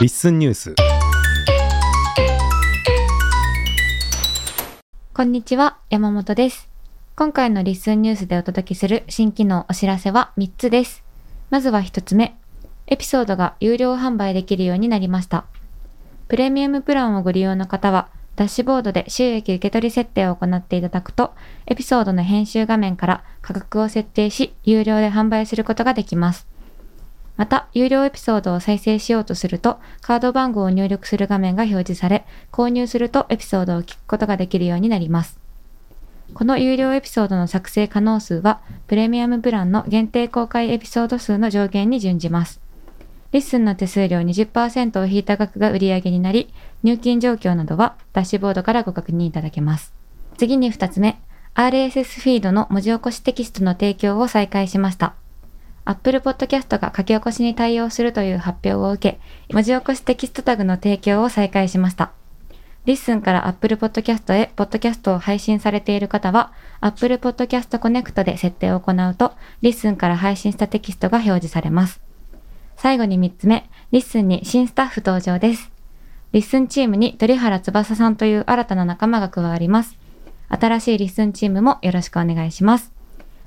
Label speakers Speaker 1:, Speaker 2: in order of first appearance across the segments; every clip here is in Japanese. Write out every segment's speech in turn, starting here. Speaker 1: リッスンニュース
Speaker 2: こんにちは、山本です。今回のリッスンニュースでお届けする新機能お知らせは3つです。まずは1つ目。エピソードが有料販売できるようになりました。プレミアムプランをご利用の方は、ダッシュボードで収益受取設定を行っていただくと、エピソードの編集画面から価格を設定し、有料で販売することができます。また、有料エピソードを再生しようとすると、カード番号を入力する画面が表示され、購入するとエピソードを聞くことができるようになります。この有料エピソードの作成可能数は、プレミアムプランの限定公開エピソード数の上限に準じます。リッスンの手数料20%を引いた額が売上になり、入金状況などはダッシュボードからご確認いただけます。次に2つ目、RSS フィードの文字起こしテキストの提供を再開しました。Apple Podcast が書き起こしに対応するという発表を受け、文字起こしテキストタグの提供を再開しました。リッスンから Apple Podcast へポッドキャストを配信されている方は、Apple Podcast Connect で設定を行うと、リッスンから配信したテキストが表示されます。最後に3つ目、リッスンに新スタッフ登場です。リッスンチームに鳥原翼さんという新たな仲間が加わります。新しいリッスンチームもよろしくお願いします。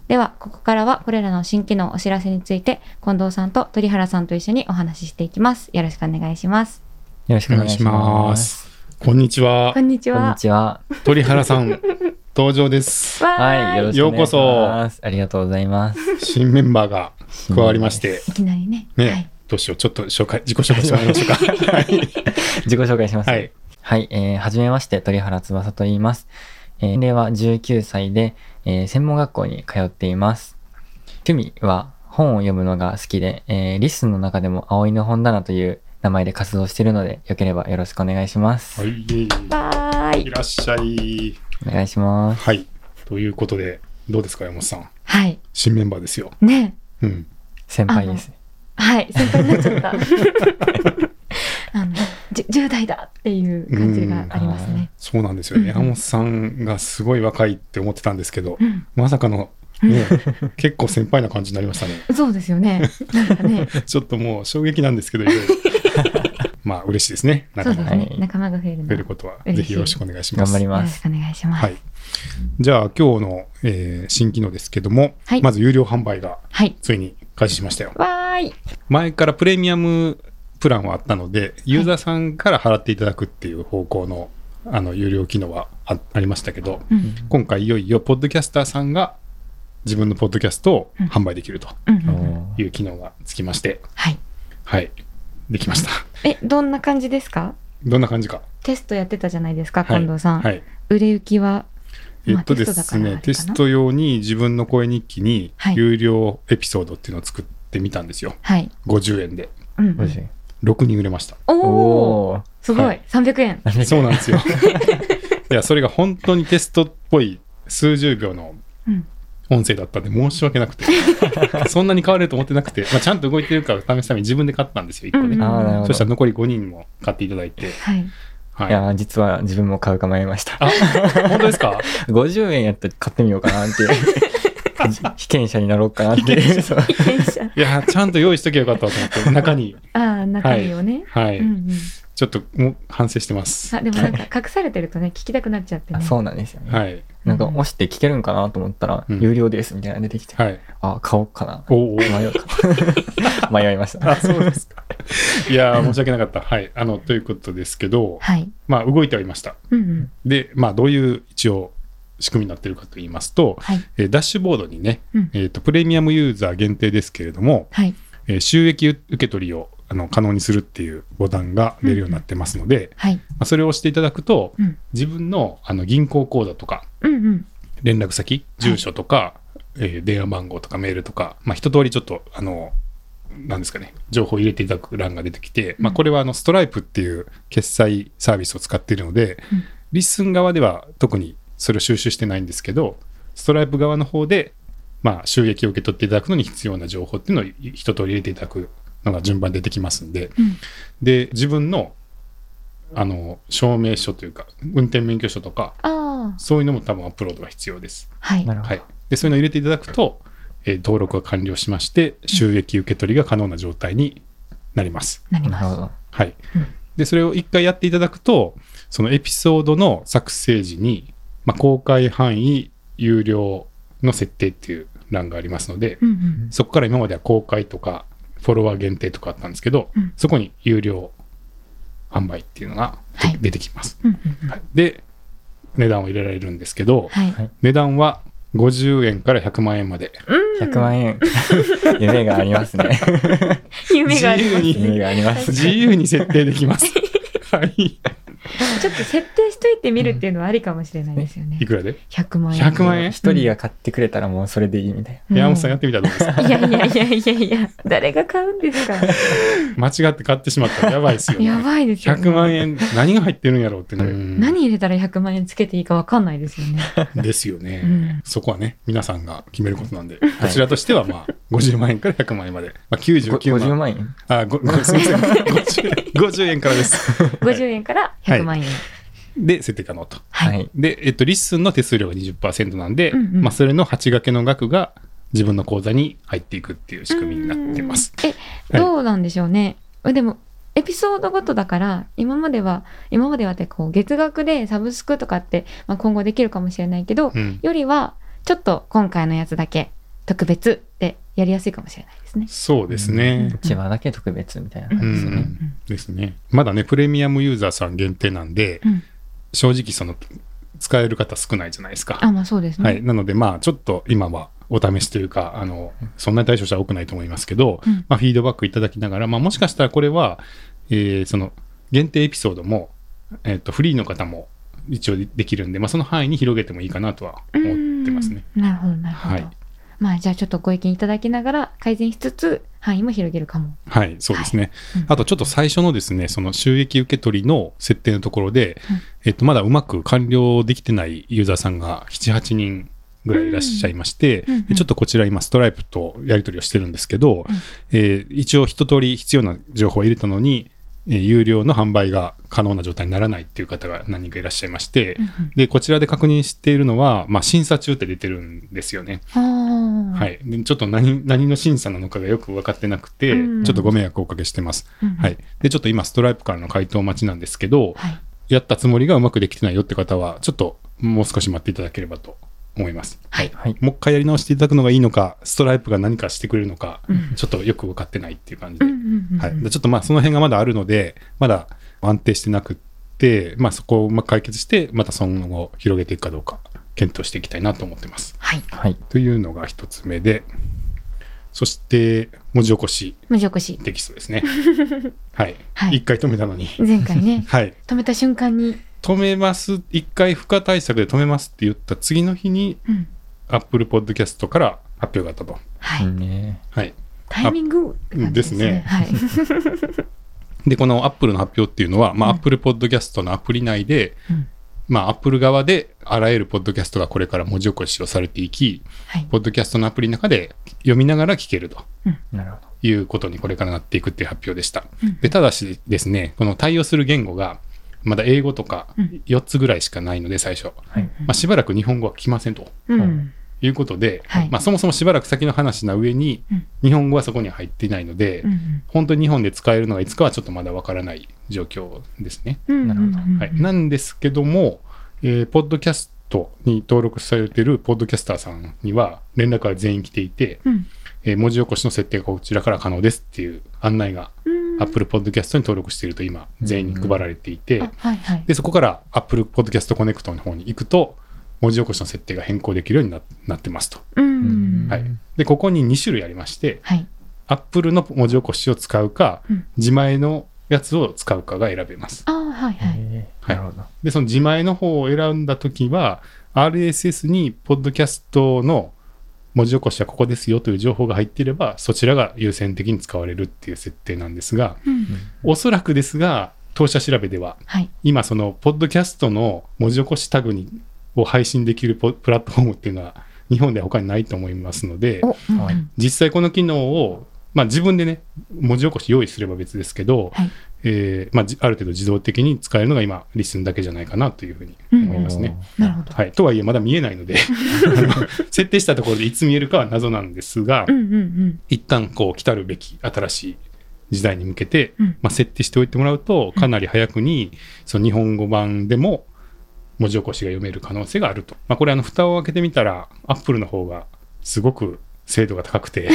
Speaker 2: では、ここからはこれらの新機能お知らせについて、近藤さんと鳥原さんと一緒にお話ししていきます。よろしくお願いします。
Speaker 1: よろしくお願いしま
Speaker 3: お願いし
Speaker 1: す
Speaker 3: こんにちは
Speaker 2: こ。んにち
Speaker 3: こんに
Speaker 2: は。
Speaker 3: ちは。
Speaker 1: 鳥
Speaker 3: 原さ
Speaker 1: ん
Speaker 3: ん、登場です。はい、よろしくお願いします。ありがとうございます。
Speaker 4: 新メンバーが加わりまして、
Speaker 2: いきなりね。
Speaker 4: ね、
Speaker 2: はい。
Speaker 4: どうしよう、ちょっと紹介、自己紹介してもらいましょうか。
Speaker 3: 自己紹介します。
Speaker 4: は
Speaker 3: はい、
Speaker 4: い。
Speaker 3: えーはじめまして、鳥原翼と言います。えー年齢は19歳で、えー専門学校に通っています。趣味は本を読むのが好きで、えーリッスンの中でも葵の本棚という名前で活動しているので、よければよろしくお願いします。
Speaker 4: は
Speaker 2: バー
Speaker 4: い。い
Speaker 2: イ。
Speaker 4: らっしゃい。
Speaker 3: お願いします。
Speaker 4: はい。ということで、どうですか、山本さん。
Speaker 2: はい。
Speaker 4: 新メンバーですよ。
Speaker 2: ね。
Speaker 4: うん。
Speaker 3: 先輩です。
Speaker 2: はい。先輩になっち ゃった。あの、じゅ10代だっていう感じがありますね。
Speaker 4: そうなんですよ
Speaker 2: うん
Speaker 4: ね。山本さんがすごい若いって思ってたんですけど、
Speaker 2: うん。
Speaker 4: まさかの、ね、結構先輩な感じになりましたね。
Speaker 2: そうですよね。なんか ね、
Speaker 4: ちょっともう衝撃なんですけど、 いろいろまあ、嬉しいですね。仲
Speaker 2: そうで
Speaker 4: 間
Speaker 2: す
Speaker 4: が
Speaker 2: ね。仲間が増える
Speaker 4: 増え
Speaker 2: の。
Speaker 4: る
Speaker 2: よ
Speaker 4: ことは、
Speaker 2: 嬉しい
Speaker 4: ぜひよろしくお願いしま
Speaker 3: 頑
Speaker 4: す
Speaker 3: 張。りま
Speaker 2: ろ
Speaker 3: す
Speaker 2: し。くお願いします。
Speaker 4: はい。じゃあ今日の、えー新機能ですけども、
Speaker 2: はい
Speaker 4: まず有料販売が
Speaker 2: はい。
Speaker 4: ついに開始しましたよ。
Speaker 2: わーい。
Speaker 4: 前からプレミアムプランはあったので、ユーザーさんから払っていただくっていう方向のあの有料機能はあありましたけど、
Speaker 2: うん。
Speaker 4: 今回いよいよポッドキャスターさんが自分のポッドキャストを販売できると
Speaker 2: うんうんうん。
Speaker 3: おー
Speaker 4: いう機能がつきまして、
Speaker 2: はい。
Speaker 4: はい、できました。
Speaker 2: え、どんな感じですか
Speaker 4: どんな感じか。
Speaker 2: テストやってたじゃないですか、
Speaker 4: はい
Speaker 2: 近藤さん。
Speaker 4: はい。
Speaker 2: 売れ行きは、
Speaker 4: え
Speaker 2: まあ
Speaker 4: っとですね、テス。ト用に自分の声日記に
Speaker 2: はい
Speaker 4: 有料エピソードっていうのを作ってみたんですよ。
Speaker 2: だからあれか
Speaker 4: 50円で
Speaker 2: なはい。うん
Speaker 3: 美味しい
Speaker 4: 6人売れました
Speaker 2: おお
Speaker 3: おー。
Speaker 2: すご。
Speaker 4: はい
Speaker 2: 300円。
Speaker 4: そうなんですよ いやそれが本当にテストっぽい数十秒の
Speaker 2: うん
Speaker 4: 音声だったんで申し訳なくて そんなに買われると思ってなくて、まあ、ちゃんと動いてるから試すために自分で買ったんですよ1個ね、
Speaker 2: うん
Speaker 3: ああ、なるほ
Speaker 4: そ
Speaker 3: ど。
Speaker 4: したら残り5人も買っていただいて、
Speaker 2: はい。
Speaker 4: はい
Speaker 3: いやー、実は自分も買うか迷いました。
Speaker 4: あ本当ですか
Speaker 3: 50円やったら買ってみようか なっていう。被験者になろうかなっていう。そう
Speaker 4: いやちゃんと用意しときゃよかったと思って中に
Speaker 2: ああ、中身をね。
Speaker 4: はい、
Speaker 2: うんうん。
Speaker 4: ちょっともう反省してます
Speaker 2: あ、でもなんか隠されてるとね、聞きたくなっちゃって
Speaker 3: あ
Speaker 2: ね。
Speaker 3: そうなんですよね。
Speaker 4: はい
Speaker 3: なんか、押して聞けるんかなと思ったら、
Speaker 4: うん
Speaker 3: 有料ですみたいなの出てきて、
Speaker 4: はい
Speaker 3: あ、買おう かな。
Speaker 4: おお
Speaker 3: 迷うか迷いました。
Speaker 4: あそうですか いや申し訳なかったはいあのということですけど
Speaker 2: はい。
Speaker 4: まあ動いてはいました
Speaker 2: うんうん。
Speaker 4: で、まあ、どういう一応仕組みになってるかと言いますと、
Speaker 2: はい。
Speaker 4: えーダッシュボードにね、
Speaker 2: うん
Speaker 4: えー、とプレミアムユーザー限定ですけれども、
Speaker 2: はい。
Speaker 4: えー収益受け取りをあの可能にするっていうボタンが出るようになってますので、
Speaker 2: はい。
Speaker 4: まあ、それを押していただくと、
Speaker 2: うん
Speaker 4: 自分のあの銀行口座とか
Speaker 2: うんうん。
Speaker 4: 連絡先住所とか、えー電話番号とかメールとか、まあ、一通りちょっとあのなんですかね情報を入れていただく欄が出てきて、まあ、これはあのストライプっていう決済サービスを使っているので、
Speaker 2: うん
Speaker 4: リッスン側では特にそれを収集してないんですけどストライプ側の方で、まあ、収益を受け取っていただくのに必要な情報っていうのを一通り入れていただくのが順番に出てきますんで、
Speaker 2: うん
Speaker 4: で自分のあの証明書というか運転免許証とか
Speaker 2: ああ。
Speaker 4: そういうのも多分アップロードが必要です。
Speaker 2: はい。
Speaker 3: なるほ
Speaker 4: はい、でそういうのを入れていただくと、えー登録が完了しまして収益受け取りが可能な状態になります。
Speaker 2: なり
Speaker 3: ど。なるほ
Speaker 2: ま
Speaker 3: ど。
Speaker 4: はい
Speaker 2: うん。
Speaker 4: で、それを一回やっていただくと、そのエピソードの作成時に、まあ、公開範囲有料の設定っていう欄がありますので、
Speaker 2: うんうん
Speaker 4: そこから今までは公開とか、フォロワー限定とかあったんですけど、
Speaker 2: うん
Speaker 4: そこに有料販売っていうのが出
Speaker 2: はい
Speaker 4: 出てきます。
Speaker 2: うんうんうん
Speaker 4: はいで、値段を入れられるんですけど、
Speaker 2: はい
Speaker 3: はい
Speaker 4: 値段は50円から100万円まで。
Speaker 3: 100 万円夢がありますね
Speaker 2: 夢があります
Speaker 4: 自由
Speaker 3: 夢があります
Speaker 4: 自由に設定でき ます。はい。
Speaker 2: ちょっと設定しといてみるっていうのはありかもしれないですよね
Speaker 4: い。くらで
Speaker 2: 100万円。
Speaker 4: 100万円
Speaker 3: 一人が買ってくれたらもうそれでいいみたい
Speaker 4: 山本さんや
Speaker 2: や
Speaker 4: ってみたらどうです か
Speaker 2: いやいやいやいやいや、誰が買うんで すか。
Speaker 4: 間違って買ってしまったらやばいですよね。
Speaker 2: やばいですよ、ね。
Speaker 4: 100万。円、何が入ってるんやろうってなる。
Speaker 2: 何入れたら100万円つけていいかわかんないですよね。
Speaker 4: ですよね、
Speaker 2: うん
Speaker 4: そこはね、皆さんが決めることなんで、こちらとしては、まあ、50万円から100万円まで。まあ、
Speaker 3: なご
Speaker 4: 99万。
Speaker 3: 50万円
Speaker 4: あ、ご、ごすみません。50 50円からです。
Speaker 2: 50円から100万円。
Speaker 4: で、設定可能と。
Speaker 2: はい
Speaker 3: はい
Speaker 4: で、えっと、リッスンの手数料が20%なんで、
Speaker 2: うんうん
Speaker 4: まあ、それの8掛けの額が自分の口座に入っていくっていう仕組みになってます。
Speaker 2: うん。え、どうなんでしょうね。でも、エピソードごとだから、今までは、今まではってこう、月額でサブスクとかって、まあ、今後できるかもしれないけど、
Speaker 4: うん。
Speaker 2: よりは、ちょっと今回のやつだけ特別ってやりやすいかもしれないですね。
Speaker 4: そうですね。
Speaker 3: 一話だけ特別みたいな
Speaker 4: う
Speaker 3: 感
Speaker 4: ん
Speaker 3: じですよね、
Speaker 4: ですね。まだね、プレミアムユーザーさん限定なんで、
Speaker 2: うん
Speaker 4: 正直、その、使える方少ないじゃないですか。
Speaker 2: あ、まあそうですね。
Speaker 4: はい、なので、まあ、ちょっと今はお試しというか、あのそんなに対処者は多くないと思いますけど、
Speaker 2: うん
Speaker 4: まあ、フィードバックいただきながら、まあ、もしかしたらこれは、えーその限定エピソードも、えー、とフリーの方も一応できるんで、まあ、その範囲に広げてもいいかなとは思ってますね。
Speaker 2: うん。なるほど、なるほど。
Speaker 4: はい
Speaker 2: まあじゃあちょっとご意見いただきながら改善しつつ範囲も広げるかも。
Speaker 4: はい、そうですね。
Speaker 2: うん
Speaker 4: あと、ちょっと最初のですね、その収益受け取りの設定のところで、
Speaker 2: うん
Speaker 4: えっと、まだうまく完了できてないユーザーさんが7、8人ぐらいいらっしゃいまして、
Speaker 2: うんうんうん
Speaker 4: ちょっとこちら今、ストライプとやり取りをしてるんですけど、
Speaker 2: うん
Speaker 4: えー一応一通り必要な情報を入れたのに、えー有料の販売が可能な状態にならないっていう方が何人かいらっしゃいまして、で、こちらで確認しているのは、まあ、審査中って出てるんですよね。
Speaker 2: ああ。。
Speaker 4: はいい、でちょっと何何の審査なのかがよく分かってなくて、
Speaker 2: うん
Speaker 4: ちょっとご迷惑をおかけしてます。
Speaker 2: うん
Speaker 4: はい、でちょっと今、ストライプからの回答待ちなんですけど、
Speaker 2: はい。
Speaker 4: やったつもりがうまくできてないよって方は、ちょっともう少し待っていただければと思います。
Speaker 2: はい。
Speaker 3: はい
Speaker 4: もう一回やり直していただくのがいいのか、ストライプが何かしてくれるのか、
Speaker 2: うん
Speaker 4: ちょっとよく分かってないっていう感じ
Speaker 2: う
Speaker 4: で、
Speaker 2: んうんうん。
Speaker 4: はい、でちょっとまあその辺がまだあるので、まだ安定してなくって、まあ、そこをうまく解決して、また損を広げていくかどうか、検討していきたいなと思ってます。
Speaker 2: はい。
Speaker 3: はい
Speaker 4: というのが一つ目で、そして文字起こし
Speaker 2: 文字起こし。
Speaker 4: テキスト ですね。はい。
Speaker 2: はい
Speaker 4: 一回止めたのに。、
Speaker 2: 前回ね
Speaker 4: はい。
Speaker 2: 止めた瞬間に、
Speaker 4: 止めます、一回負荷対策で止めますって言った次の日に
Speaker 2: うん。
Speaker 4: Apple Podcast から発表があったと。
Speaker 2: はいい
Speaker 3: い。ね
Speaker 4: はい。
Speaker 2: タイミングって感じですね。はい。
Speaker 4: で、この Apple の発表っていうのは、まあ、
Speaker 2: うん
Speaker 4: Apple Podcast のアプリ内で、
Speaker 2: うん
Speaker 4: まあ、Apple 側であらゆるポッドキャストがこれから文字起こしをされていき、
Speaker 2: はい。
Speaker 4: ポッドキャストのアプリの中で読みながら聞けると。
Speaker 3: なるほど
Speaker 4: いうことにこれからなっていくっていう発表でした。
Speaker 2: うん
Speaker 4: でただしですね、この対応する言語が、まだ英語とか
Speaker 2: うん
Speaker 4: 4つぐらいしかないので、最初、
Speaker 3: はい
Speaker 4: まあ、しばらく日本語は来ませんと
Speaker 2: うん。
Speaker 4: いうことで、
Speaker 2: はい
Speaker 4: まあ、そもそもしばらく先の話な上に
Speaker 2: うん、
Speaker 4: 日本語はそこには入っていないので、
Speaker 2: うん
Speaker 4: 本当に日本で使えるのがいつかはちょっとまだわからない状況ですね。
Speaker 2: うん。
Speaker 3: なるほど
Speaker 2: うん
Speaker 4: はい、なんですけども、えーポッドキャストに登録されているポッドキャスターさんには連絡が全員来ていて、
Speaker 2: うん。
Speaker 4: えー文字起こしの設定がこちらから可能ですっていう案内が
Speaker 2: うん。
Speaker 4: Apple Podcast に登録していると今全員に配られていて、
Speaker 2: あはいはい。
Speaker 4: でそこから Apple Podcast コネクトの方に行くと文字起こしの設定が変更できるようにななってますと、
Speaker 2: うん。
Speaker 4: はい、でここに2種類ありまして
Speaker 2: はい。
Speaker 4: Apple の文字起こしを使うか、
Speaker 2: うん
Speaker 4: 自前のやつを使うかが選べます
Speaker 2: ああ、はいはい。
Speaker 3: へ
Speaker 4: は
Speaker 3: ー
Speaker 4: い
Speaker 3: なるほど
Speaker 4: でその自前の方を選んだ時は RSS にポッドキャストの文字起こしはここですよという情報が入っていればそちらが優先的に使われるっていう設定なんですが
Speaker 2: うん。
Speaker 4: おそらくですが当社調べでは
Speaker 2: はい。
Speaker 4: 今そのポッドキャストの文字起こしタグにを配信できるポプラットフォームっていうのは日本では他にないと思いますので
Speaker 2: お、うん
Speaker 3: はい
Speaker 2: うん
Speaker 4: 実際この機能を、まあ、自分でね文字起こし用意すれば別ですけど、
Speaker 2: はい
Speaker 4: えーまあ、じある程度自動的に使えるのが今リスンだけじゃないかなというふうに思いますね。
Speaker 2: なるほど。
Speaker 4: はい、とはいえまだ見えないの であの設定したところでいつ見えるかは謎なんですが、
Speaker 2: うんうんうん。
Speaker 4: 一旦こう来たるべき新しい時代に向けて、
Speaker 2: うん
Speaker 4: まあ、設定しておいてもらうとかなり早くにその日本語版でも文字起こしが読める可能性があると、まあ、これあの蓋を開けてみたらアップルの方がすごく精度が高くて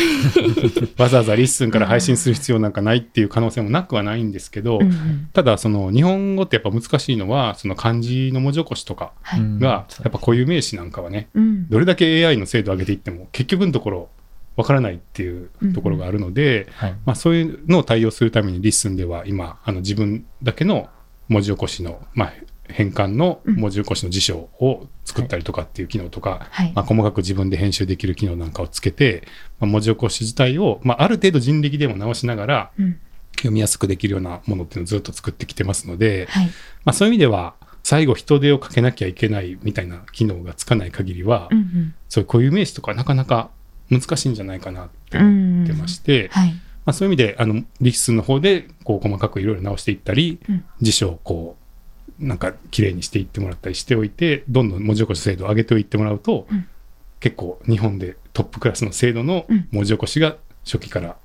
Speaker 4: わざわざリッスンから配信する必要なんかないっていう可能性もなくはないんですけど、
Speaker 2: うんうん
Speaker 4: ただその日本語ってやっぱ難しいのはその漢字の文字起こしとか
Speaker 2: はい
Speaker 3: うん
Speaker 4: が
Speaker 3: そう
Speaker 4: やっぱ固有名詞なんかはね
Speaker 2: うん
Speaker 4: どれだけ AI の精度を上げていっても結局のところわからないっていうところがあるので、
Speaker 3: はい。
Speaker 4: まあ、そういうのを対応するためにリッスンでは今あの自分だけの文字起こしの、まあ、変換の
Speaker 2: うん
Speaker 4: 文字起こしの辞書を作ったりとかっていう機能とか、
Speaker 2: はい
Speaker 4: まあ、細かく自分で編集できる機能なんかをつけて、まあ、文字起こし自体を、まあ、ある程度人力でも直しながら
Speaker 2: うん
Speaker 4: 読みやすくできるようなものっていうのをずっと作ってきてますので、
Speaker 2: はい
Speaker 4: まあ、そういう意味では最後人手をかけなきゃいけないみたいな機能がつかない限りは、
Speaker 2: うんうん
Speaker 4: そういう固有名詞とかなかなか難しいんじゃないかなって
Speaker 2: うんうん
Speaker 4: 思ってまして、
Speaker 2: はい
Speaker 4: まあ、そういう意味であのリスの方でこう細かくいろいろ直していったり、
Speaker 2: うん
Speaker 4: 辞書をこうなんか綺麗にしていってもらったりしておいてどんどん文字起こし精度を上げていってもらうと、
Speaker 2: うん
Speaker 4: 結構日本でトップクラスの精度の
Speaker 2: うん
Speaker 4: 文字起こしが初期から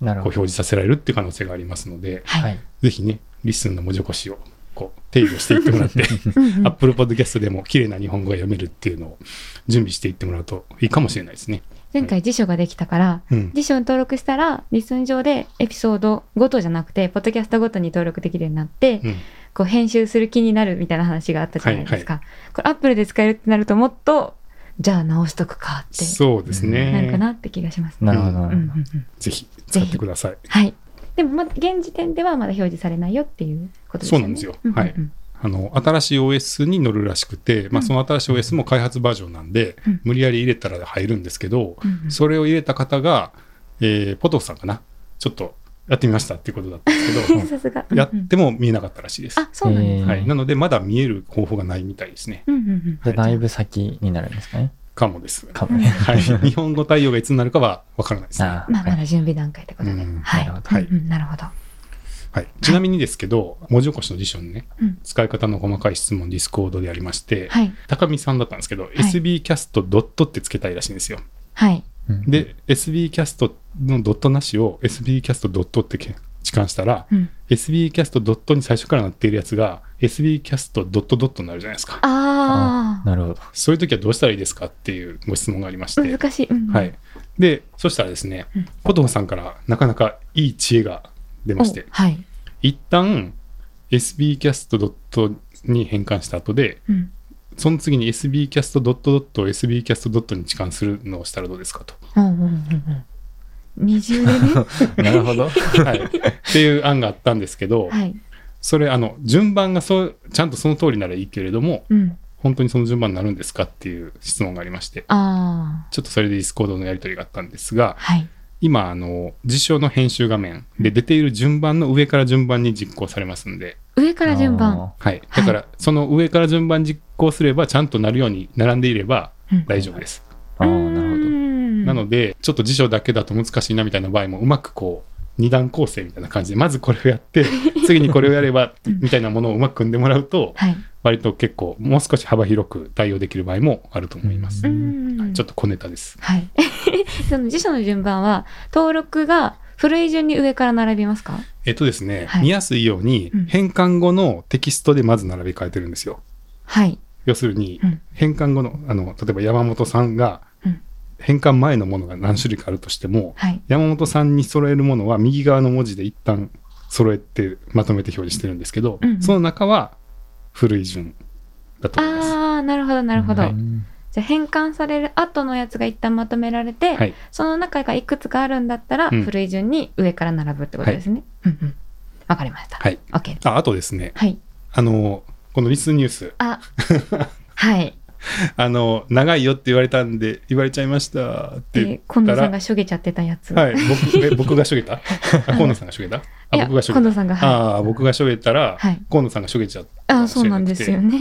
Speaker 3: なる
Speaker 4: こう表
Speaker 3: ほど。
Speaker 4: 示させられるっていう可能性がありますので、
Speaker 2: はい
Speaker 3: はい。
Speaker 4: ぜひねリスンの文字起こしをこう定義をしていってもら って
Speaker 2: うんうん
Speaker 4: Apple Podcast でも綺麗な日本語が読めるっていうのを準備していってもらうといいかもしれないですね。
Speaker 2: 前回辞書ができたから
Speaker 4: うん、
Speaker 2: 辞書に登録したらリスン上でエピソードごとじゃなくてポッドキャストごとに登録できるようになって、
Speaker 4: うん
Speaker 2: こう編集する気になるみたいな話があったじゃないですか、これアップルで使えるってなるともっとじゃあ直しとくかって
Speaker 4: そうです
Speaker 2: なるか
Speaker 4: ね。
Speaker 2: なって気がしますね。
Speaker 3: なるほど。
Speaker 2: う
Speaker 3: なんる
Speaker 2: う
Speaker 3: ほ
Speaker 2: ん
Speaker 3: ど
Speaker 2: うん
Speaker 4: ぜひ使ってください。
Speaker 2: はいでもまだ現時点ではまだ表示されないよっていうことですよね。
Speaker 4: そうなんですよはい
Speaker 2: うんうん
Speaker 4: あの新しい OS に乗るらしくて、まあ、
Speaker 2: うん
Speaker 4: その新しい OS も開発バージョンなんで、
Speaker 2: うん
Speaker 4: 無理やり入れたら入るんですけど、
Speaker 2: うんうん
Speaker 4: それを入れた方が、えーポトフさんかなちょっとやってみましたっていうことだったんですけど、
Speaker 2: さすが。
Speaker 4: やっ
Speaker 2: うんうん
Speaker 4: ても見えなかったらしいです、
Speaker 2: あそうなんですね。
Speaker 4: はい、なのでまだ見える方法がないみたいですね
Speaker 2: うんうんうん
Speaker 3: じゃあだいぶ先になるんですかね。
Speaker 4: かもです、
Speaker 3: かもね。
Speaker 4: はい、 日本語対応がいつになるかは分からないですね、
Speaker 3: ああ
Speaker 2: まあ
Speaker 3: は
Speaker 2: ま
Speaker 3: い
Speaker 2: だ準備段階ってことで。
Speaker 4: うん
Speaker 2: はい。
Speaker 3: なるほど
Speaker 4: はい
Speaker 2: うんうんなるほど。
Speaker 4: はい、ちなみにですけど文字起こしの辞書にね、
Speaker 2: うん
Speaker 4: 使い方の細かい質問ディスコードでありまして、
Speaker 2: はい。
Speaker 4: 高見さんだったんですけど、sbcast. ってつけたいらしいんですよ
Speaker 2: はい。
Speaker 3: うん
Speaker 4: で、SB キャストのドットなしを SB キャストドットってけ置換したら、
Speaker 2: うん
Speaker 4: SB キャストドットに最初からなっているやつが SB キャストドットドットになるじゃないですか。
Speaker 2: ああ
Speaker 3: なるほど。
Speaker 4: そういう時はどうしたらいいですかっていうご質問がありまして。
Speaker 2: 難しい。うんうん
Speaker 4: はい。で、そしたらですね
Speaker 2: うん、
Speaker 4: ポトフさんからなかなかいい知恵が出まして
Speaker 2: お、はい。
Speaker 4: 一旦 SB キャストドットに変換した後で、
Speaker 2: うん
Speaker 4: その次に SB キャストドットドットを SB キャストドットに置換するのをしたらどうですかと。
Speaker 2: うんうんうんうん。二重で ね。
Speaker 3: なるほ ど。
Speaker 4: はい、っていう案があったんですけど、
Speaker 2: はい。
Speaker 4: それあの順番がそうちゃんとその通りならいいけれども
Speaker 2: うん。
Speaker 4: 本当にその順番になるんですかっていう質問がありまして
Speaker 2: ああ。
Speaker 4: ちょっとそれでディスコードのやり取りがあったんですが
Speaker 2: はい。
Speaker 4: 今あの辞書の編集画面で出ている順番の上から順番に実行されますんで、
Speaker 2: 上から順番。
Speaker 4: はい、だからその上から順番に実行すればちゃんとなるように並んでいれば
Speaker 2: うん
Speaker 4: 大丈夫です、
Speaker 3: あーあー、なる
Speaker 4: な
Speaker 2: な
Speaker 4: のでちょっと辞書だけだと難しいなみたいな場合もうまくこう二段構成みたいな感じでまずこれをやって次にこれをやればみたいなものをうまく組んでもらうと
Speaker 2: はい。
Speaker 4: 割と結構もう少し幅広く対応できる場合もあると思います、
Speaker 2: う。
Speaker 3: うん
Speaker 4: ちょっと小ネタです
Speaker 2: はい。 その辞書の順番は、登録が古い順に上から並びますか
Speaker 4: えっとですね、
Speaker 2: はい
Speaker 4: 見やすいように
Speaker 2: うん
Speaker 4: 変換後のテキストでまず並べ替えてるんですよ
Speaker 2: はい。
Speaker 4: 要するに
Speaker 2: うん
Speaker 4: 変換後のあの例えば山本さんが
Speaker 2: うん
Speaker 4: 変換前のものが何種類かあるとしても
Speaker 2: はい。
Speaker 4: 山本さんに揃えるものは右側の文字で一旦揃えてまとめて表示してるんですけど、
Speaker 2: うんうん
Speaker 4: その中は古い順だと思います。
Speaker 2: ああ、なるほど、なるほど。
Speaker 3: ほど。うん
Speaker 2: じゃあ変換される後のやつが一旦まとめられて、
Speaker 4: はい、
Speaker 2: その中がいくつかあるんだったら、
Speaker 4: うん
Speaker 2: 古い順に上から並ぶってことですね。うんうん。わかりました。
Speaker 4: はい。
Speaker 2: OK。
Speaker 4: ああとですね
Speaker 2: はい。
Speaker 4: あのこのリスニュース
Speaker 2: あ、はい。
Speaker 4: あの長いよって言われたんで言われちゃいましたっ
Speaker 2: え
Speaker 4: て言
Speaker 2: ー
Speaker 4: っ、
Speaker 2: 近
Speaker 4: た
Speaker 2: 藤さ
Speaker 4: ら、
Speaker 2: んがしょげちゃってたやつ。
Speaker 4: はい、僕え僕がしょげ たあ河野さんがしょげたあ
Speaker 2: いや
Speaker 4: 僕がしょ
Speaker 2: 近
Speaker 4: げた
Speaker 2: 藤さんが、はい。
Speaker 4: ああ僕がしょげたら、
Speaker 2: はい
Speaker 4: 河野さんがしょげちゃったか
Speaker 2: あ
Speaker 4: も
Speaker 2: あ、
Speaker 4: し
Speaker 2: そう
Speaker 4: れ
Speaker 2: な
Speaker 4: く
Speaker 2: ん
Speaker 4: て
Speaker 2: ですよね。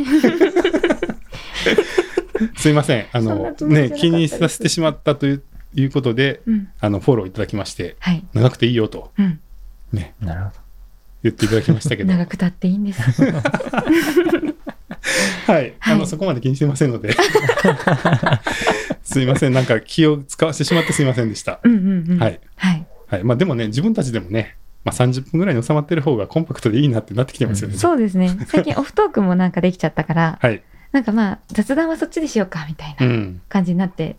Speaker 4: すいませんあ
Speaker 2: そんな
Speaker 4: の
Speaker 2: つもりじ
Speaker 4: ね
Speaker 2: ゃなかったです
Speaker 4: 気にさせてしまったといういうことで
Speaker 2: うん。
Speaker 4: あのフォローいただきまして
Speaker 2: はい。
Speaker 4: 長くていいよと
Speaker 2: うん。
Speaker 3: なるほど。
Speaker 4: 言っていただきましたけど
Speaker 2: 長くたっていいんです。
Speaker 4: はい、あ
Speaker 2: は
Speaker 4: の
Speaker 2: い
Speaker 4: そこまで気にしてませんの ですいませんなんか気を使わせてしまってすいませんでした、
Speaker 2: うんうんうん。
Speaker 4: はい。
Speaker 2: はい。
Speaker 4: はい、まあでもね自分たちでもねまあ、30分ぐらいに収まってる方がコンパクトでいいなってなってきてますよね。
Speaker 2: そ うですね。最近オフトークもなんかできちゃったから、
Speaker 4: はい。。
Speaker 2: なんかまあ雑談はそっちでしようかみたいうなん感じになって、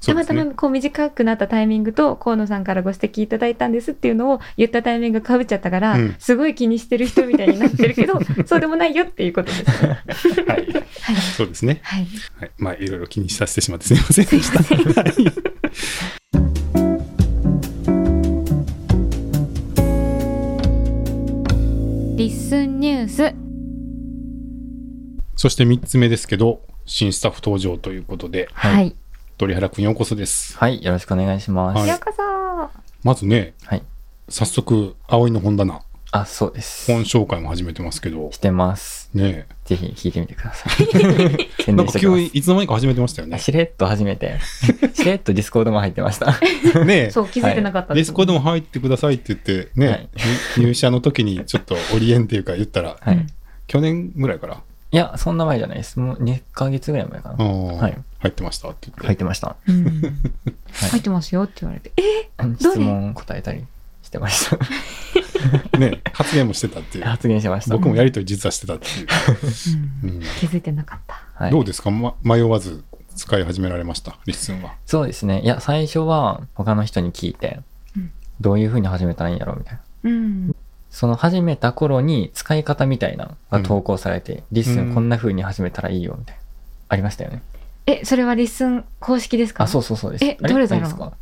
Speaker 4: そ
Speaker 2: た
Speaker 4: うで
Speaker 2: ますた
Speaker 4: ね
Speaker 2: まこう短くなったタイミングと河野さんからご指摘いただいたんですっていうのを言ったタイミングかぶっちゃったから、
Speaker 4: うん
Speaker 2: すごい気にしてる人みたいになってるけど そうでもないよっていうことです。
Speaker 4: はい。
Speaker 2: はい
Speaker 4: そうですね。
Speaker 2: はい、
Speaker 4: はい。まあ、いろいろ気にさせてしまってすみませんでした。はい
Speaker 2: リッスンニュース
Speaker 4: そして3つ目ですけど、新スタッフ登場ということで、
Speaker 2: はい、
Speaker 3: は
Speaker 4: 鳥原くんようこそです。
Speaker 3: はい、よろしくお願いします。
Speaker 4: はい
Speaker 2: ようこそ
Speaker 4: まずね、
Speaker 3: はい
Speaker 4: 早速、葵の本棚、
Speaker 3: あ、そうです。
Speaker 4: 本紹介も始めてますけど
Speaker 3: し、てます。
Speaker 4: ね
Speaker 3: ぜひ聞いてみてください。
Speaker 4: え
Speaker 3: 宣
Speaker 4: なん
Speaker 3: 伝し
Speaker 4: か
Speaker 3: とき
Speaker 4: 急
Speaker 3: ま
Speaker 4: に
Speaker 3: す
Speaker 4: いつの間にか始めてましたよ
Speaker 3: あ
Speaker 4: ね。
Speaker 3: しれっと初めて。 しれっとディスコードも入ってました。
Speaker 4: ね
Speaker 2: そう気づいてなかった
Speaker 4: え、ディスコードも入ってくださいって言って、ね、
Speaker 3: はい
Speaker 4: 入入社の時にちょっと折りえんっていうか言ったら、
Speaker 3: はい。
Speaker 4: 去年ぐらいから、
Speaker 3: いや、そんな前じゃないです。もう2ヶ月ぐらい前か
Speaker 4: あ
Speaker 3: な。
Speaker 4: ー
Speaker 3: はい
Speaker 4: 入ってましたって言って、
Speaker 3: 入ってました。
Speaker 2: うん入ってますよって言われてえ
Speaker 3: 質問答えたりして ました。
Speaker 4: ねえ、発言もしてたっ ていう。
Speaker 3: 発言しました。
Speaker 4: 僕もやりとり実はしてたっていう。うん
Speaker 2: 気づいてなかった
Speaker 3: はい
Speaker 4: どうですか、ま、迷わず使い始められました、リッスンは。
Speaker 3: そうですね。いや、最初は他の人に聞いて
Speaker 2: うん、
Speaker 3: どういう風に始めたらいいんだろうみたいな。
Speaker 2: うん
Speaker 3: その始めた頃に使い方みたいなのが投稿されて、リッス
Speaker 4: うん
Speaker 3: ンこんな風に始めたらいいよみたいな。ありましたよね。
Speaker 2: えそれはリッスン公式ですか
Speaker 3: あ、そう
Speaker 2: う
Speaker 3: そうそうです。
Speaker 2: え
Speaker 3: あれ
Speaker 2: どれだろう
Speaker 3: 何ですか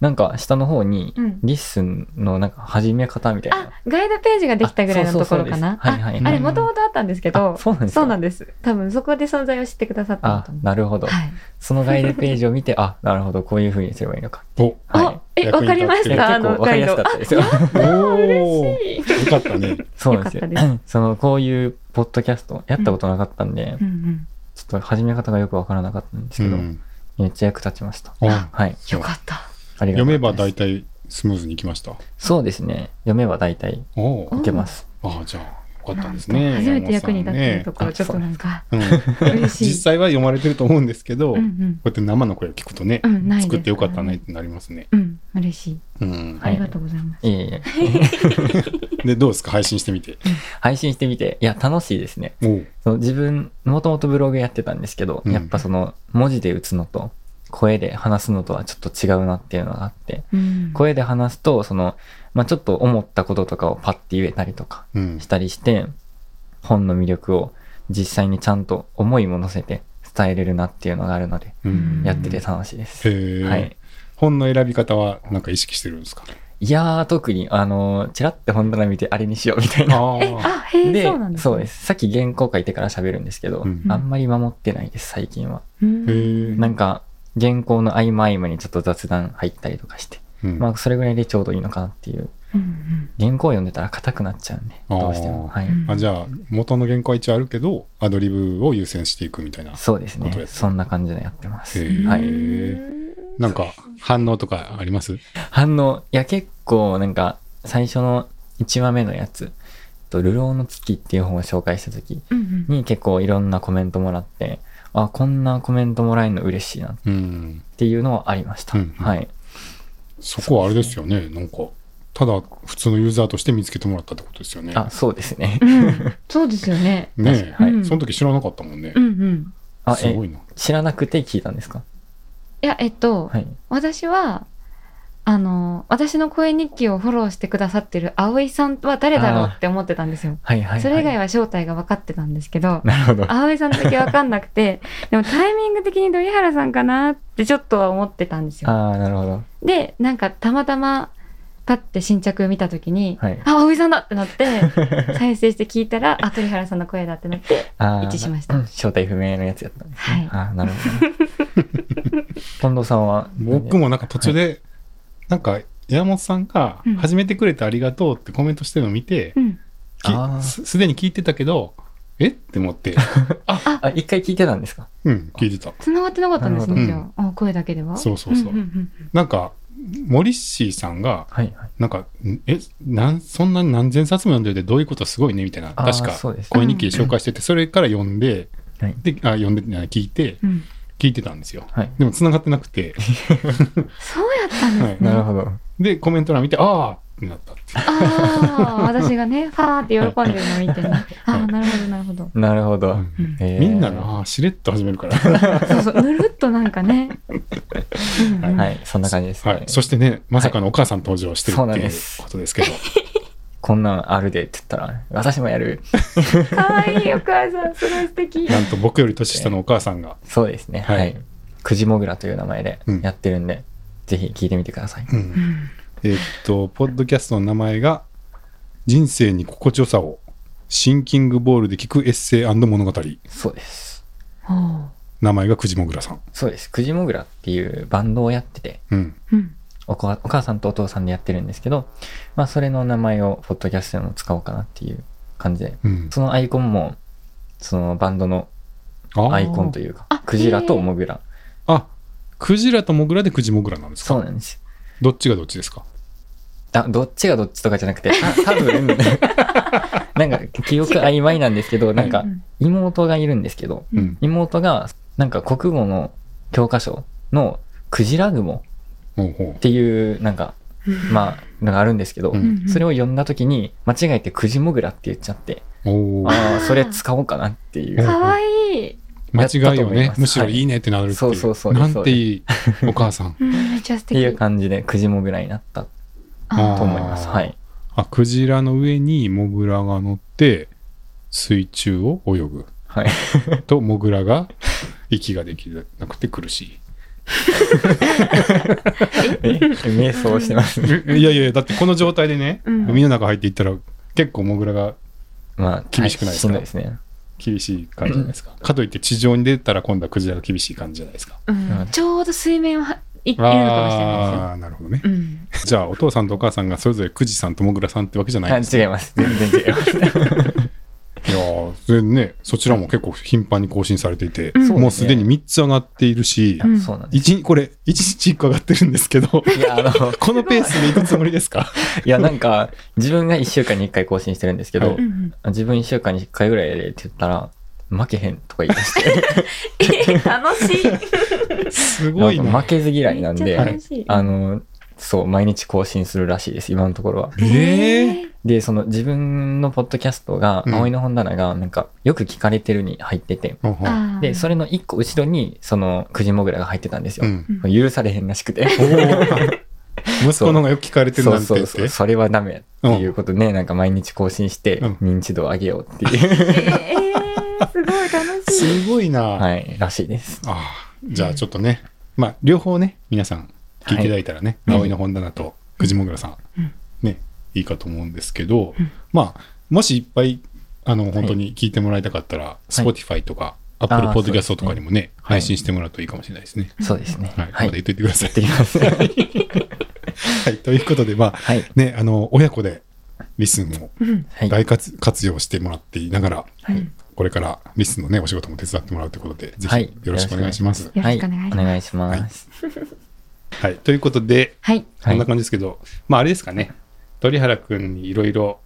Speaker 3: なんか下の方に
Speaker 2: うん、
Speaker 3: リッスンのなんか始め方みたいな。
Speaker 2: あガイドページができたぐらいのところかな
Speaker 3: あそうそうそうですはいはい
Speaker 2: ああれもともとあったんですけど
Speaker 3: あそうなんですか
Speaker 2: そうなんです多分そこで存在を知ってくださったんだ
Speaker 3: あ
Speaker 2: と思、う
Speaker 3: なるほど。
Speaker 2: はい
Speaker 3: そのガイドページを見て、あ、なるほど、こういう風にすればいいのか。
Speaker 4: お
Speaker 3: はい
Speaker 2: あ、え、
Speaker 4: 役
Speaker 2: わ
Speaker 4: に立ってる
Speaker 2: かりまし
Speaker 3: いや
Speaker 2: た、あ
Speaker 3: 結
Speaker 2: の、
Speaker 3: 構わか
Speaker 2: ガ
Speaker 3: り
Speaker 2: イ
Speaker 3: やす
Speaker 2: ド
Speaker 3: かっ。たですよ。
Speaker 4: おー
Speaker 2: 嬉しい
Speaker 4: よかったね。
Speaker 3: そうなんですよ
Speaker 2: よかった。
Speaker 3: その、こういうポッドキャスト、やったことなかったんで、
Speaker 2: う
Speaker 3: ちょ
Speaker 2: ん
Speaker 3: っと始め方がよくわからなかったんです
Speaker 4: う
Speaker 3: けど、
Speaker 4: ん、
Speaker 3: めっちゃ役立ちました。
Speaker 4: あ
Speaker 3: はい。
Speaker 2: うん、よかった。
Speaker 3: あり
Speaker 4: 読
Speaker 3: がとう
Speaker 4: め
Speaker 3: ご
Speaker 4: ば
Speaker 3: ざい
Speaker 4: 大
Speaker 3: ます。
Speaker 4: 体スムーズにいきました。
Speaker 3: そうですね。読めば大体
Speaker 4: おお
Speaker 2: う
Speaker 3: い
Speaker 2: ん
Speaker 3: けます。
Speaker 4: ああ、じゃあ、よかったですね。
Speaker 2: 初めて役に立ってる
Speaker 4: と
Speaker 2: ところ、
Speaker 3: 山本さんね
Speaker 2: ちょっとなんか、
Speaker 4: うん、
Speaker 2: 嬉しい
Speaker 4: 実際は読まれてると思うんですけど、
Speaker 2: うんう
Speaker 4: こ
Speaker 2: ん
Speaker 4: うやって生の声を聞くとね、
Speaker 2: うん、ないです
Speaker 4: 作ってよかったねっ。てなりますね。
Speaker 2: うん、嬉しい。
Speaker 4: うん
Speaker 2: ありがとうございます。
Speaker 3: いえいえ。
Speaker 4: で、どうですか配信してみて。
Speaker 3: 配信してみて、いや、楽しいですね。
Speaker 4: おう
Speaker 3: その自分、もともとブログやってたんですけど、
Speaker 4: うん
Speaker 3: やっぱその、文字で打つのと、声で話すのとはちょっと違うなっていうのがあって、
Speaker 2: うん
Speaker 3: 声で話すと、その、まあ、ちょっと思ったこととかをパッて言えたりとか、
Speaker 4: うん
Speaker 3: し。たりして本の魅力を実際にちゃんと思いも乗せて伝えれるなっていうのがあるので
Speaker 4: うん
Speaker 3: やってて楽しいです、
Speaker 4: へえ、
Speaker 3: はい、
Speaker 4: 本の選び方はなんか意識してるんですか
Speaker 3: いやー特にあのーチラッて本棚見てあれにしようみたいな
Speaker 4: あ
Speaker 2: え、あ、へえ、
Speaker 3: で
Speaker 2: そうなんですね。
Speaker 3: そうですさっき原稿書いてから喋るんですけど、
Speaker 4: うん
Speaker 3: あんまり守ってないです最近は、
Speaker 2: うん。
Speaker 4: へえ
Speaker 3: なんか原稿の合間合間にちょっと雑談入ったりとかして、
Speaker 4: うん
Speaker 3: まあそれぐらいでちょうどいいのかなっていう
Speaker 2: うん
Speaker 3: 原稿を読んでたら硬くなっちゃうんで
Speaker 4: あー
Speaker 3: どうしてもはい、
Speaker 2: うん
Speaker 4: あじゃあ元の原稿は一応あるけどアドリブを優先していくみたいな
Speaker 3: そうです
Speaker 4: 本当
Speaker 3: ね
Speaker 4: です
Speaker 3: そんな感じでやってます、
Speaker 4: へー
Speaker 3: はい
Speaker 4: なんか反応とかあります
Speaker 3: 反応いや結構なんか最初の1話目のやつと「流浪の月」っていう本を紹介した時
Speaker 2: うんうん
Speaker 3: に結構いろんなコメントもらってあこんなコメントもらえるの嬉しいなっ
Speaker 4: うん
Speaker 3: ていうのはありました、
Speaker 4: うんうん
Speaker 3: はい
Speaker 4: そこはあれですよねなんかただ普通のユーザーとして見つけてもらったってことですよね
Speaker 3: あそうですね
Speaker 2: うん。そうですよね。
Speaker 4: ねえ、
Speaker 3: はい
Speaker 2: うん
Speaker 4: その時知らなかったもんね、
Speaker 2: うんうん。
Speaker 3: あ
Speaker 4: す
Speaker 3: え
Speaker 4: ごいな
Speaker 3: 知らなくて聞いたんですか
Speaker 2: いや、えっと、
Speaker 3: はい
Speaker 2: 私はあの私の声日記をフォローしてくださってる葵さんは誰だろうって思ってたんですよ。
Speaker 3: はいはい、はい、
Speaker 2: それ以外
Speaker 3: は
Speaker 2: は正体が分かってたんですけど、
Speaker 3: なるほど
Speaker 2: 葵さんだけ分かんなく て、でもタイミング的に鳥原さんかなってちょっとは思ってたんですよ。
Speaker 3: ああなるほど
Speaker 2: で、なんかたまたまパッて新着見た時に、
Speaker 3: はい
Speaker 2: あ、葵さんだってなっ て、再生して聞いたら、あ、鳥原さんの声だってなって、
Speaker 3: あー
Speaker 2: 一致しました
Speaker 3: うん正体不明のやつやったんですね、
Speaker 2: は
Speaker 3: あーなるほど 近藤さんは
Speaker 4: 僕もなんか途中で、なんか山本さんが
Speaker 2: うん
Speaker 4: 「始めてくれてありがとう」ってコメントしてるのを見て、
Speaker 2: うん。
Speaker 4: き
Speaker 3: あー
Speaker 4: すすでに聞いてたけどえって思っ て、
Speaker 3: あ一回聞いてたんですか
Speaker 4: うん、聞いてた
Speaker 2: 繋がってなかったんです
Speaker 3: な
Speaker 2: ね、
Speaker 4: る
Speaker 2: じ
Speaker 4: ほど
Speaker 2: ゃあ。あ声だけでは。
Speaker 4: そうそうそう、
Speaker 2: んん
Speaker 4: なんかモリッシーさんが
Speaker 3: はいはい
Speaker 4: なんかんえなんそんな何千冊も読んでるでどういうことすごいねみたいな
Speaker 3: あー
Speaker 4: 確か
Speaker 3: そうですね
Speaker 4: 恋日記紹介しててそれから読んで、
Speaker 3: はい
Speaker 4: であ読んでじゃない聞いて
Speaker 2: うんうん。
Speaker 4: 聞聞いてたんですよ。
Speaker 3: はい
Speaker 4: でも繋がってなくて、
Speaker 2: そうやったんですね。
Speaker 3: なるほど。
Speaker 4: で、コメント欄見て、ああってなったっていう。
Speaker 2: ああ、私がね、ファーって喜んでるの見てね。ああ、なるほど、なるほど。
Speaker 3: なるほど。
Speaker 4: うん
Speaker 3: へー
Speaker 4: みんなの、ああ、しれっと始めるから。
Speaker 2: そうそう、ぬるっとなんかね。うんうん
Speaker 3: はい、そんな感じですね。
Speaker 4: はい。そしてね、まさかのお母さん登場してる
Speaker 3: そ
Speaker 4: っ
Speaker 3: うな
Speaker 4: て
Speaker 3: ん
Speaker 4: い
Speaker 3: で
Speaker 4: う
Speaker 3: す
Speaker 4: ことですけど。
Speaker 3: こんなんあるでって言ったら、私もやる。
Speaker 2: 可愛いお母さん、すごい素敵。
Speaker 4: なんと僕より年下のお母さんが、
Speaker 3: そうですね。
Speaker 4: はい
Speaker 3: はい。くじもぐらという名前で
Speaker 4: うん
Speaker 3: やってるんで、ぜひ聞いてみてください。
Speaker 4: うんえっと、ポッドキャストの名前が、人生に心地よさを、シンキングボールで聞くエッセイ物語。
Speaker 3: そうです。
Speaker 2: ほ
Speaker 4: 名前がくじもぐらさん。
Speaker 3: そうです。くじもぐらっていうバンドをやってて、
Speaker 4: うん。
Speaker 2: ううん
Speaker 3: おこお母さんとお父さんでやってるんですけど、まあ、それの名前をポッドキャストでも使おうかなっていう感じで、
Speaker 4: うん。
Speaker 3: そのアイコンも、そのバンドの
Speaker 4: あー
Speaker 3: アイコンというか
Speaker 2: あ、
Speaker 3: クジラとモグラ。
Speaker 4: あ、クジラとモグラでクジモグラなんですか
Speaker 3: そうなんです。
Speaker 4: どっちがどっちですか
Speaker 3: だどっちがどっちとかじゃなくて、た多 分なんか記憶曖昧なんですけど、なんか
Speaker 2: うん
Speaker 3: 妹がいるんですけど、
Speaker 2: うん
Speaker 4: うん。
Speaker 3: 妹がなんか国語の教科書のクジラ雲
Speaker 4: ほうほ
Speaker 3: っていうなんか、まあ、のがあるんですけど、
Speaker 4: うん
Speaker 2: うん
Speaker 3: それを読んだ時に間違えてクジモグラって言っちゃって、
Speaker 4: う。おお。
Speaker 3: ああ、それ使おうかなってい
Speaker 4: あ
Speaker 3: う。
Speaker 2: 可愛い。
Speaker 4: 間違い
Speaker 3: やったと
Speaker 4: を
Speaker 3: 思い
Speaker 4: ね
Speaker 3: ま、す
Speaker 4: むしろいいねってなるっていう。
Speaker 3: はいそうそうそうです
Speaker 4: なんていいお母さん。
Speaker 2: うんめっちゃ素
Speaker 3: っていう
Speaker 2: 敵。
Speaker 3: 感じでクジモグラになった
Speaker 2: あ
Speaker 3: と思います。
Speaker 4: あー
Speaker 3: はい。
Speaker 4: あ、クジラの上にモグラが乗って、水中を泳ぐ。
Speaker 3: はい。
Speaker 4: と、モグラが息ができなくて苦し
Speaker 3: え瞑想してますね。
Speaker 4: い。いやいやいや、だってこの状態でね、
Speaker 2: うん
Speaker 4: 海の中入っていったら、結構モグラが
Speaker 3: まあ、
Speaker 4: 厳しくないですか
Speaker 3: しんどいですね。
Speaker 4: 厳しい感じじゃないですか。かといって地上に出たら今度はクジラが厳しい感じじゃないですか。
Speaker 2: うんちょうど水面をは行ってるのかもしれないですね
Speaker 4: ああー、なるほど ね。
Speaker 2: うん。
Speaker 4: じゃあ、お父さんとお母さんがそれぞれクジさんとモグラさんってわけじゃない
Speaker 3: あ
Speaker 4: んですね
Speaker 3: 違います。全然違います。
Speaker 4: いやーそれね、そちらも結構頻繁に更新されていて、
Speaker 2: うん
Speaker 4: もうすでに3つ上がっているし、
Speaker 2: うん
Speaker 3: そうなんです。
Speaker 4: 一日これ、1日1個上がってるんですけど、 こ
Speaker 3: いや、あの、
Speaker 4: のペースでいくつもりですか
Speaker 3: いや、なんか、自分が1週間に1回更新してるんですけど、
Speaker 4: は
Speaker 2: うんうん
Speaker 3: 自分1週間に1回ぐらいやれって言ったら、負けへんとか言い出して、
Speaker 2: え楽し い。
Speaker 4: すごい
Speaker 3: なんか
Speaker 4: な
Speaker 3: 負。けず嫌いなん
Speaker 2: めっ
Speaker 3: で、
Speaker 2: ちゃ楽しい
Speaker 3: あの、そう、毎日更新するらしいです、今のところは。
Speaker 4: えー、
Speaker 3: で、その自分のポッドキャストが、
Speaker 4: うん
Speaker 3: 葵の本棚が、なんか、よく聞かれてるに入ってて、
Speaker 4: ほうほう
Speaker 2: あー
Speaker 3: で、それの1個後ろに、その、くじもぐらが入ってたんですよ。
Speaker 4: うん
Speaker 2: うん
Speaker 3: 許されへんらしくて。
Speaker 4: おー 息子の方がよく聞かれてる
Speaker 3: そ
Speaker 4: な
Speaker 3: うん
Speaker 4: て
Speaker 3: そ
Speaker 4: 言
Speaker 3: う
Speaker 4: っ
Speaker 3: そう、
Speaker 4: て。
Speaker 3: それはダメっていうことね、なんか毎日更新して、
Speaker 4: うん
Speaker 3: 認知度を上げようっていう、
Speaker 2: えーすごい楽しい。
Speaker 4: すごいな。
Speaker 3: はい、らしいです。
Speaker 4: あーじゃあちょっとね、まあ、両方ね、皆さん聞いていただいたらね、
Speaker 3: はい
Speaker 4: 葵の本棚とくじもぐらさん、
Speaker 2: うん
Speaker 4: ね、いいかと思うんですけど、
Speaker 2: うん
Speaker 4: まあ、もしいっぱい、あの、本当に聞いてもらいたかったら、Spotify とか、Apple
Speaker 3: あー
Speaker 4: Podcast とかにもね、
Speaker 3: はい
Speaker 4: 配信してもらうといいかもしれないですね。
Speaker 3: そうですね。
Speaker 4: はい、まだ言っといてください。
Speaker 3: できます。 は
Speaker 4: はい、ということで、まあ、
Speaker 3: い。
Speaker 4: ね、あの、親子でリスンを
Speaker 2: うん
Speaker 3: はい。
Speaker 4: 大活活用してもらっていながら、
Speaker 3: はい
Speaker 4: これからリスンのね、お仕事も手伝ってもらうということで、ぜ
Speaker 3: は
Speaker 4: ひ
Speaker 3: い
Speaker 4: よろしくお願いします。
Speaker 2: よろ
Speaker 3: は
Speaker 2: し
Speaker 3: い
Speaker 2: くお願いし
Speaker 3: お
Speaker 2: ます。
Speaker 3: 願いします。
Speaker 4: はい、ということで、
Speaker 2: はい。
Speaker 3: は
Speaker 4: こ
Speaker 3: い
Speaker 4: んな感じですけど、まああれですかね、鳥原くんにいろいろ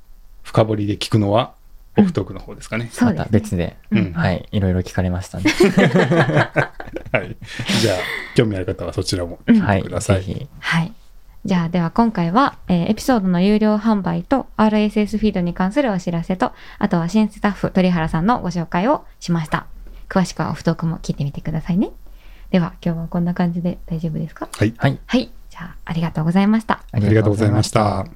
Speaker 4: 深掘りで聞くのは、オフトークの方ですかね。
Speaker 2: そう
Speaker 3: ま
Speaker 2: で
Speaker 3: た
Speaker 2: すね。
Speaker 3: 別で、
Speaker 4: うん
Speaker 2: うん
Speaker 3: はい。いろいろ聞かれましたね。
Speaker 4: はい。じゃあ、興味ある方はそちらも
Speaker 2: うん
Speaker 3: は
Speaker 4: 聞い
Speaker 3: い。
Speaker 4: てくださ
Speaker 3: ぜ
Speaker 4: い。
Speaker 3: ひ。
Speaker 2: はい。じゃあ、では今回は、えーエピソードの有料販売と RSS フィードに関するお知らせと、あとは新スタッフ鳥原さんのご紹介をしました。詳しくはオフトークも聞いてみてくださいね。では、今日はこんな感じで大丈夫ですか
Speaker 4: はい。
Speaker 3: はい。
Speaker 2: はい。じゃあ、ありがとうございました。
Speaker 3: あ
Speaker 4: ありがとうございました。